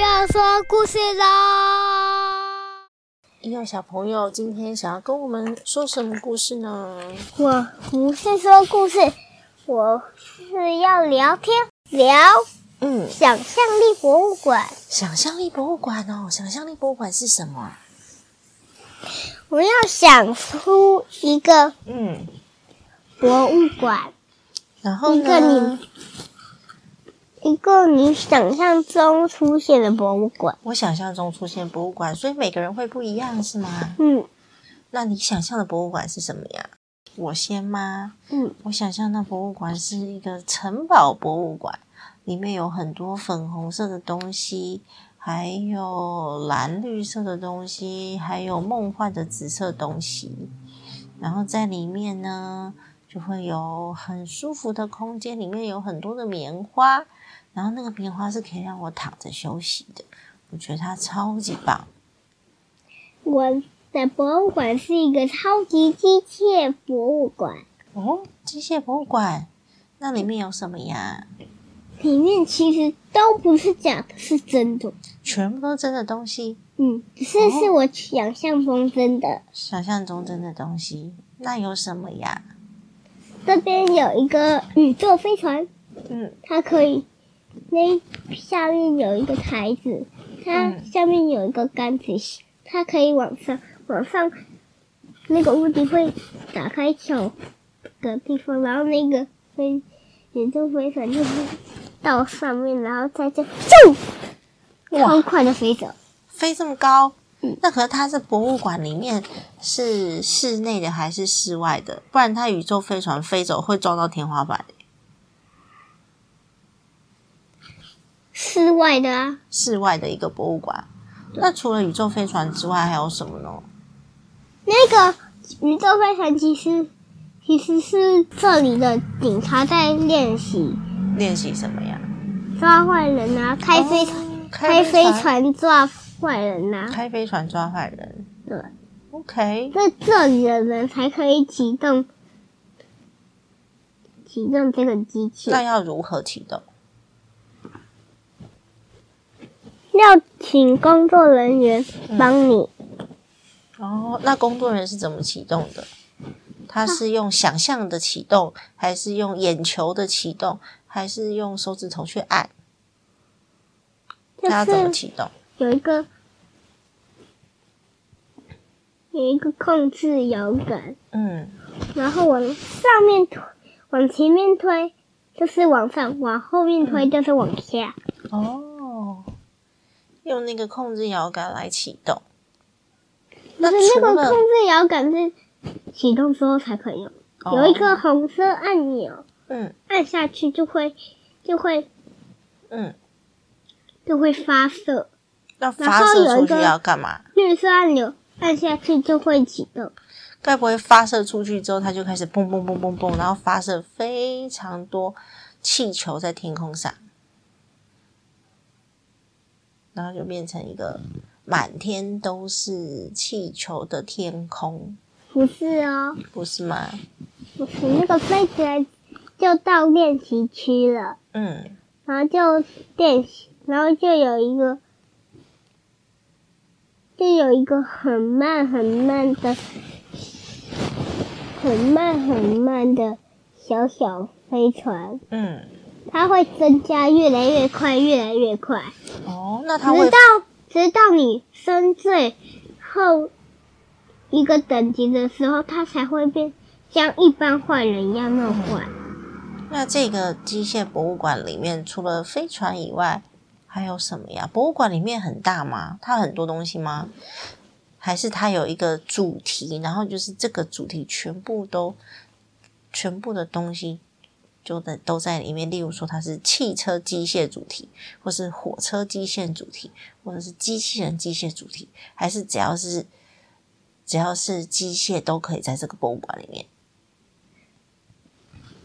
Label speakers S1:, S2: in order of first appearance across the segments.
S1: 要说故事喽！
S2: 婴儿小朋友今天想要跟我们说什么故事呢？
S1: 我不是说故事，我是要聊天，聊
S2: 嗯，
S1: 想象力博物馆。
S2: 想象力博物馆哦，想象力博物馆是什么啊？
S1: 我要想出一个
S2: 嗯，
S1: 博物馆，
S2: 然后
S1: 一个
S2: 呢？
S1: 你一个你想象中出现的博物馆。
S2: 我想象中出现博物馆，所以每个人会不一样是吗？
S1: 嗯
S2: 那你想象的博物馆是什么呀？我先吗？
S1: 嗯，
S2: 我想象的博物馆是一个城堡博物馆，里面有很多粉红色的东西，还有蓝绿色的东西，还有梦幻的紫色东西。然后在里面呢，就会有很舒服的空间，里面有很多的棉花，然后那个棉花是可以让我躺着休息的，我觉得它超级棒。
S1: 我的博物馆是一个超级机械博物馆，
S2: 哦，机械博物馆，那里面有什么呀？
S1: 里面其实都不是假的，是真的。
S2: 全部都是真的东西，
S1: 嗯，只是是我想象中真的。
S2: 想象中真的东西，
S1: 嗯
S2: 那有什么呀？
S1: 这边有一个宇宙飞船，
S2: 嗯，
S1: 它可以那下面有一个台子，它
S2: 嗯
S1: 下面有一个杆子，它可以往上往上，那个物体会打开小的地方，然后那个飞宇宙飞船就会到上面，然后再这咻，超
S2: 哇
S1: 快的飞走。
S2: 飞这么高
S1: 嗯，
S2: 那可是它是博物馆里面是室内的还是室外的？不然它宇宙飞船飞走会撞到天花板。
S1: 室外的啊，
S2: 室外的一个博物馆，那除了宇宙飞船之外还有什么呢？
S1: 那个宇宙飞船其实其实是这里的警察在练习
S2: 练习什么呀？
S1: 抓坏人啊，开飞船、
S2: 哦
S1: 开
S2: 开
S1: 飞
S2: 飞，
S1: 船抓坏人啊。
S2: 开飞船抓坏人。
S1: 对，
S2: OK，
S1: 在这里的人才可以启动启动这个机器，
S2: 那要如何启动？
S1: 要请工作人员
S2: 嗯
S1: 帮你。
S2: 哦，那工作人员是怎么启动的？
S1: 啊
S2: 他是用想象的启动，还是用眼球的启动，还是用手指头去按？他要怎么
S1: 就是
S2: 启动？
S1: 有一个有一个控制摇杆，
S2: 嗯，
S1: 然后往上面推，往前面推就是往上，往后面
S2: 嗯
S1: 推就是往下。
S2: 哦，用那个控制摇杆来启动。
S1: 可
S2: 那
S1: 是
S2: 除
S1: 那个
S2: 了
S1: 控制摇杆是启动之后才可以用，有一个
S2: 哦
S1: 红色按钮，
S2: 嗯
S1: 按下去就会就会
S2: 嗯，
S1: 就会发射。
S2: 那
S1: 然
S2: 发
S1: 后
S2: 射
S1: 有一
S2: 出去
S1: 个
S2: 要干嘛？
S1: 绿色按钮按下去就会启动。
S2: 该不会发射出去之后，它就开始嘣嘣嘣嘣嘣，然后发射非常多气球在天空上，然后就变成一个满天都是气球的天空，
S1: 不是哦，
S2: 不是吗？
S1: 不是那个飞起来就到练习区了，
S2: 嗯，
S1: 然后就练习，然后就有一个。就有一个很慢很慢的、很慢很慢的小小飞船，
S2: 嗯，
S1: 它会增加越来越快，越来越快，
S2: 哦，那它
S1: 直
S2: 会
S1: 到直到你升最后一个等级的时候，它才会变像一般坏人一样那么快。
S2: 那这个机械博物馆里面除了飞船以外，还有什么呀？博物馆里面很大吗？它很多东西吗？还是它有一个主题，然后就是这个主题全部都全部的东西就在都在里面。例如说，它是汽车机械主题，或是火车机械主题，或者是机器人机械主题，还是只要是只要是机械都可以在这个博物馆里面。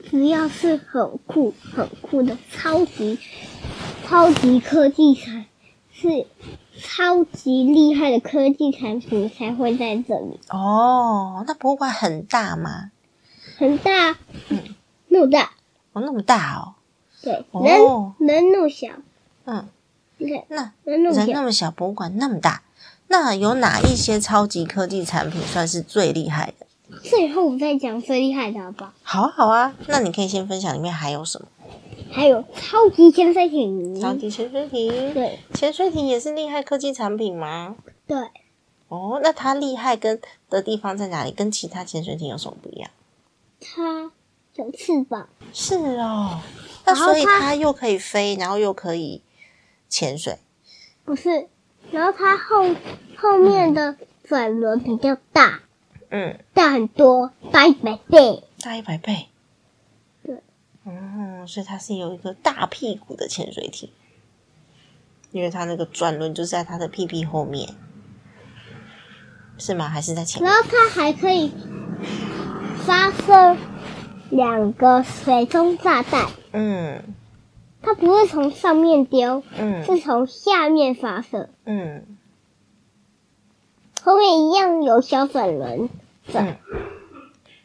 S1: 只要是很酷、很酷的超级超级科技产，是超级厉害的科技产品才会在这里，
S2: 哦，那博物馆很大吗？
S1: 很大，那么大，
S2: 哦，那么大哦。
S1: 对，
S2: 哦
S1: 人人那么小，
S2: 嗯，
S1: 你看，
S2: 那
S1: 那弄
S2: 人
S1: 起
S2: 那
S1: 来
S2: 么小，博物馆那么大，那有哪一些超级科技产品算是最厉害的？
S1: 最后再讲最厉害的好不好？
S2: 好啊好啊，那你可以先分享里面还有什么？
S1: 还有超级潜水艇，
S2: 超级潜水艇，
S1: 对
S2: 潜水艇也是厉害科技产品吗？
S1: 对，
S2: 哦，那它厉害跟的地方在哪里？跟其他潜水艇有什么不一样？
S1: 它有翅膀，
S2: 是哦，那
S1: 然后
S2: 所以
S1: 它
S2: 它又可以飞，然后又可以潜水。
S1: 不是，然后它后后面的转轮比较大，
S2: 嗯，
S1: 大很多，大一百倍。
S2: 大一百倍。
S1: 对。
S2: 哦，所以它是有一个大屁股的潜水艇，因为它那个转轮就是在它的屁屁后面，是吗？还是在前
S1: 然
S2: 面？
S1: 后它还可以发射两个水中炸弹，
S2: 嗯
S1: 它不是从上面丢，
S2: 嗯
S1: 是从下面发射。
S2: 嗯
S1: 后面一样有小转轮转，
S2: 嗯。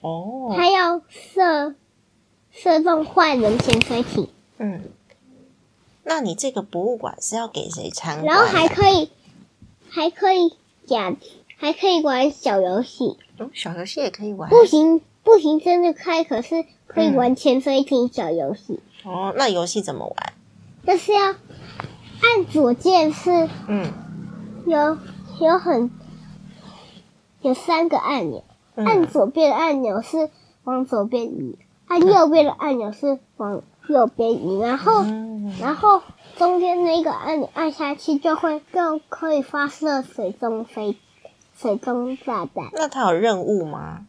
S2: 哦。
S1: 它要射射中坏人潜水艇，
S2: 嗯，那你这个博物馆是要给谁参观的？
S1: 然后还可以还可以假，还可以玩小游戏。
S2: 哦小游戏也可以玩
S1: 不行不行，真的开，可是可以玩潜水艇小游戏。
S2: 哦。那游戏怎么玩？
S1: 但是要按左键是
S2: 嗯
S1: 有有很有三个按钮，按
S2: 嗯
S1: 左边的按钮是往左边移，按右边的按钮是往右边移，然后
S2: 嗯
S1: 然后中间那个按钮按下去就会就可以发射水中飞水中炸弹。
S2: 那它有任务吗？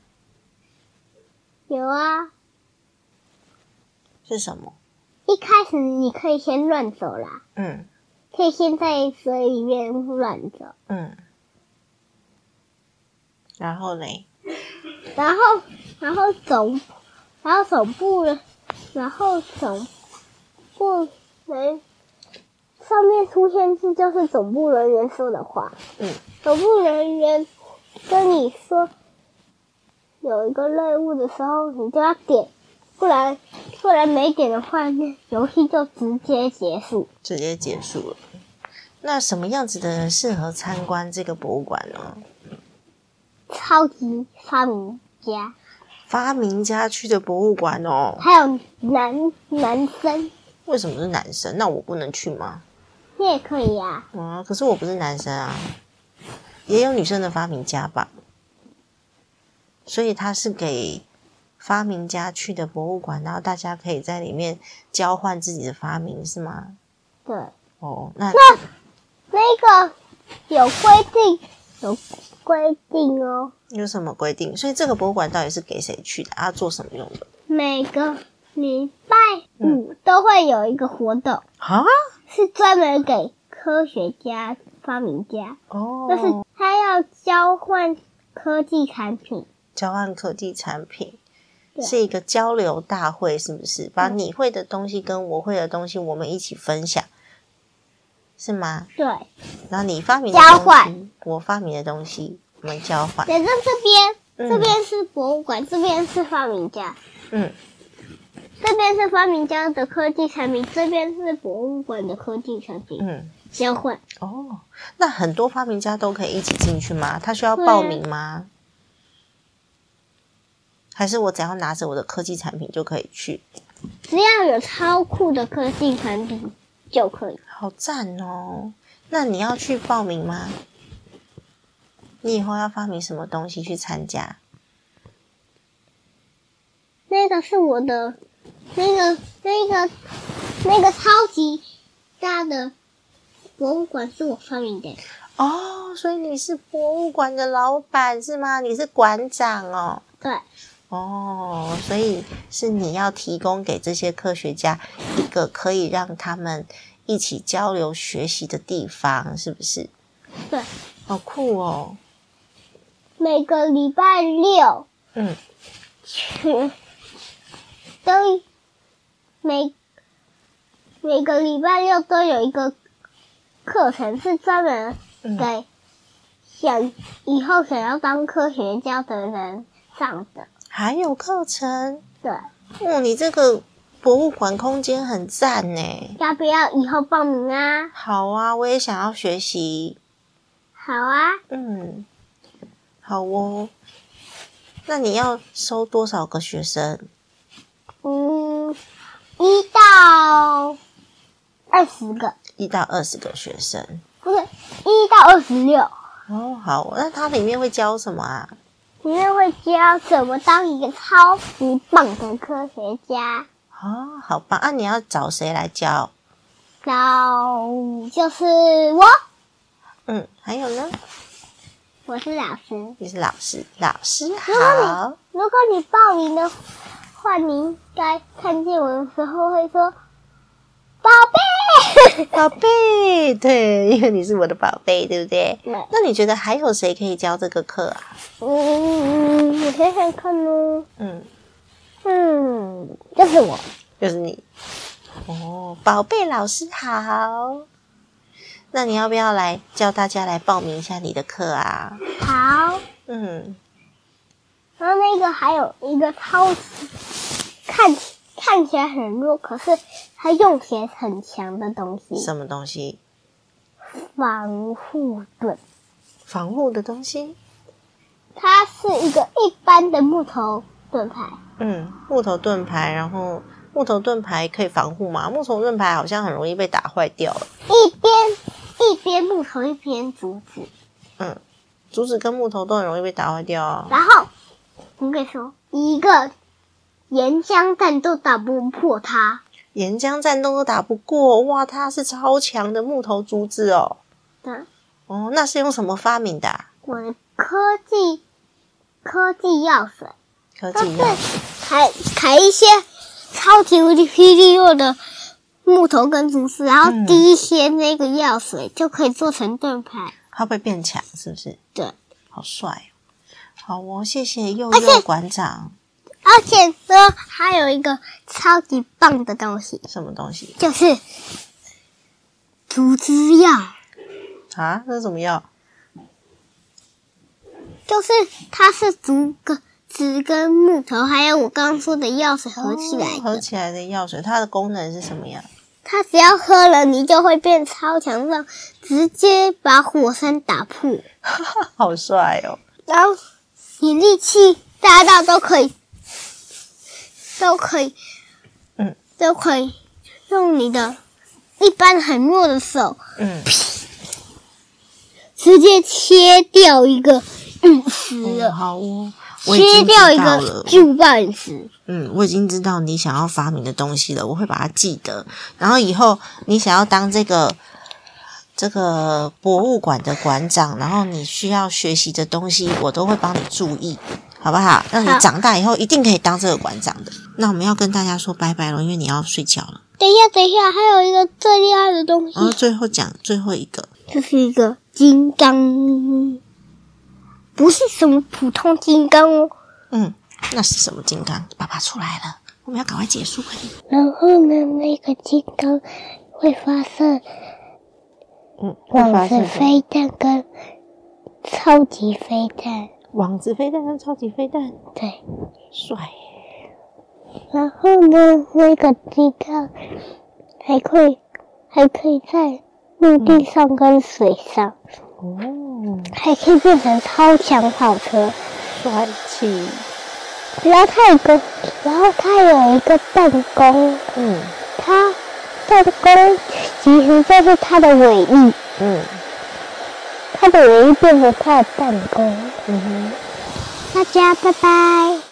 S1: 有啊，
S2: 是什么？
S1: 一开始你可以先乱走啦，
S2: 嗯
S1: 可以先在水里面乱走，
S2: 嗯，然后嘞，
S1: 然后然后总然后总部然后总部人上面出现字就是总部人员说的话，
S2: 嗯
S1: 总部人员跟你说有一个任务的时候，你就要点，不然不然没点的话，那游戏就直接结束。
S2: 直接结束了。那什么样子的人适合参观这个博物馆呢？
S1: 超级发明家，
S2: 发明家区的博物馆哦，
S1: 还有男男生
S2: 为什么是男生？那我不能去吗？
S1: 你也可以啊，
S2: 啊，可是我不是男生啊，也有女生的发明家吧？所以它是给发明家去的博物馆，然后大家可以在里面交换自己的发明，是吗？
S1: 对。
S2: 哦，那
S1: 那那个有规定，有规定哦。
S2: 有什么规定？所以这个博物馆到底是给谁去的？啊，做什么用的？
S1: 每个礼拜五都会有一个活动，
S2: 啊？
S1: 是专门给科学家、发明家，就是
S2: 哦，
S1: 他要交换科技产品。
S2: 交换科技产品。
S1: 对啊嗯
S2: 是一个交流大会，是不是？把你会的东西跟我会的东西，我们一起分享，是吗？
S1: 对，
S2: 然后你发明的东西
S1: 交换，
S2: 我发明的东西，我们交换。
S1: 反正这
S2: 嗯
S1: 边这边是博物馆，这边是发明家，
S2: 嗯，
S1: 这边是发明家的科技产品，这边是博物馆的科技产品
S2: 嗯，
S1: 交换。
S2: 哦，那很多发明家都可以一起进去吗？他需要报
S1: 啊
S2: 名吗？还是我只要拿着我的科技产品就可以去？
S1: 只要有超酷的科技产品就可以。
S2: 好赞哦！那你要去报名吗？你以后要发明什么东西去参加？
S1: 那个是我的，那个那个那个超级大的博物馆是我发明的，
S2: 哦，所以你是博物馆的老板是吗？你是馆长哦。
S1: 对，
S2: 哦，所以是你要提供给这些科学家一个可以让他们一起交流学习的地方，是不是？
S1: 对，
S2: 好酷哦！
S1: 每个礼拜六
S2: 嗯，
S1: 去都每每个礼拜六都有一个课程是专门
S2: 嗯
S1: 给想以后想要当科学家的人上的，
S2: 还有课程
S1: 对。
S2: 哦，你这个博物馆空间很赞呢。
S1: 要不要以后报名啊？
S2: 好啊，我也想要学习。
S1: 好啊，
S2: 嗯，好哦。那你要收多少个学生？
S1: 嗯，一到二十个，
S2: 一到二十个学生。
S1: 不是一到二十六，
S2: 哦，好，那它里面会教什么啊？
S1: 你们会教怎么当一个超级棒的科学家。
S2: 哦，好吧，啊，你要找谁来教？
S1: 老就是我，
S2: 嗯，还有呢，
S1: 我是老师。
S2: 你是老师，老师
S1: 那
S2: 好。
S1: 如果你报名的话，你应该看见我的时候会说“宝贝
S2: 宝贝，对，因为你是我的宝贝，对不对”。
S1: 那
S2: 嗯那你觉得还有谁可以教这个课啊？
S1: 嗯，我想想看哦。
S2: 嗯，
S1: 嗯，就是我。
S2: 就是你。哦，宝贝老师好。那你要不要来叫大家来报名一下你的课啊？
S1: 好，
S2: 嗯，
S1: 然后那个还有一个超级看起看起来很弱，可是它用起来很强的东西
S2: 什么东西？
S1: ——防护盾。
S2: 防护的东西？
S1: 它是一个一般的木头盾牌，
S2: 嗯，木头盾牌，然后木头盾牌可以防护吗？木头盾牌好像很容易被打坏掉了。
S1: 一边一边木头一边竹子，
S2: 嗯，竹子跟木头都很容易被打坏掉啊。
S1: 然后我跟你说，一个岩浆弹都打不破它。
S2: 岩浆战斗都打不过，哇，它是超强的木头竹子哦。
S1: 的，
S2: 哦，那是用什么发明的、啊？
S1: 我的科技科技药水。
S2: 科
S1: 它
S2: 技药。
S1: 是采采一些超级无敌霹雳弱的木头跟竹子，然后
S2: 嗯
S1: 滴一些那个药水，就可以做成盾牌。
S2: 它会变强，是不是？
S1: 对，
S2: 好帅哦！好哦，谢谢幼
S1: 而且
S2: 幼馆长。
S1: 而且呢，还有一个超级棒的东西，
S2: 什么东西
S1: 就是竹枝药，
S2: 啊？那是什么药？
S1: 就是它是竹跟竹跟木头，还有我刚刚说的药水合起来
S2: 哦合
S1: 的。
S2: 起来的药水，它的功能是什么呀？
S1: 它只要喝了，你就会变超强，让直接把火山打破。
S2: 好帅哦！
S1: 然后你力气大到都可以，都可以，
S2: 嗯，
S1: 都可以用你的一般很弱的手
S2: 嗯，
S1: 直接切掉一个陨石
S2: 哦
S1: 了，
S2: 好哦。我已
S1: 切
S2: 经
S1: 掉一
S2: 知道了
S1: 个。巨大陨石。
S2: 嗯，我已经知道你想要发明的东西了，我会把它记得。然后以后你想要当这个这个博物馆的馆长，然后你需要学习的东西，我都会帮你注意，好不好？让你
S1: 好
S2: 长大以后一定可以当这个馆长的。那我们要跟大家说拜拜了，因为你要睡觉了。
S1: 等一下，等一下，还有一个最厉害的东西
S2: 然，后最后讲最后一个，
S1: 这是一个金刚，不是什么普通金刚哦。
S2: 嗯，那是什么金刚？爸爸出来了，我们要赶快结束，快点。
S1: 然后呢，那个金刚会发射
S2: 嗯，
S1: 网子飞弹跟超级飞弹，
S2: 网子飞弹跟超级飞弹，
S1: 对。
S2: 帅耶！
S1: 然后呢，那个金刚还可以还可以在陆地上跟水上，
S2: 哦，
S1: 还可以变成超强跑车。
S2: 帅气。
S1: 然后它有个，然后它有一个弹弓，
S2: 嗯
S1: 它弹弓其实就是它的尾翼，
S2: 嗯
S1: 它的尾翼变成它的弹弓。
S2: 嗯哼。
S1: 大家拜拜。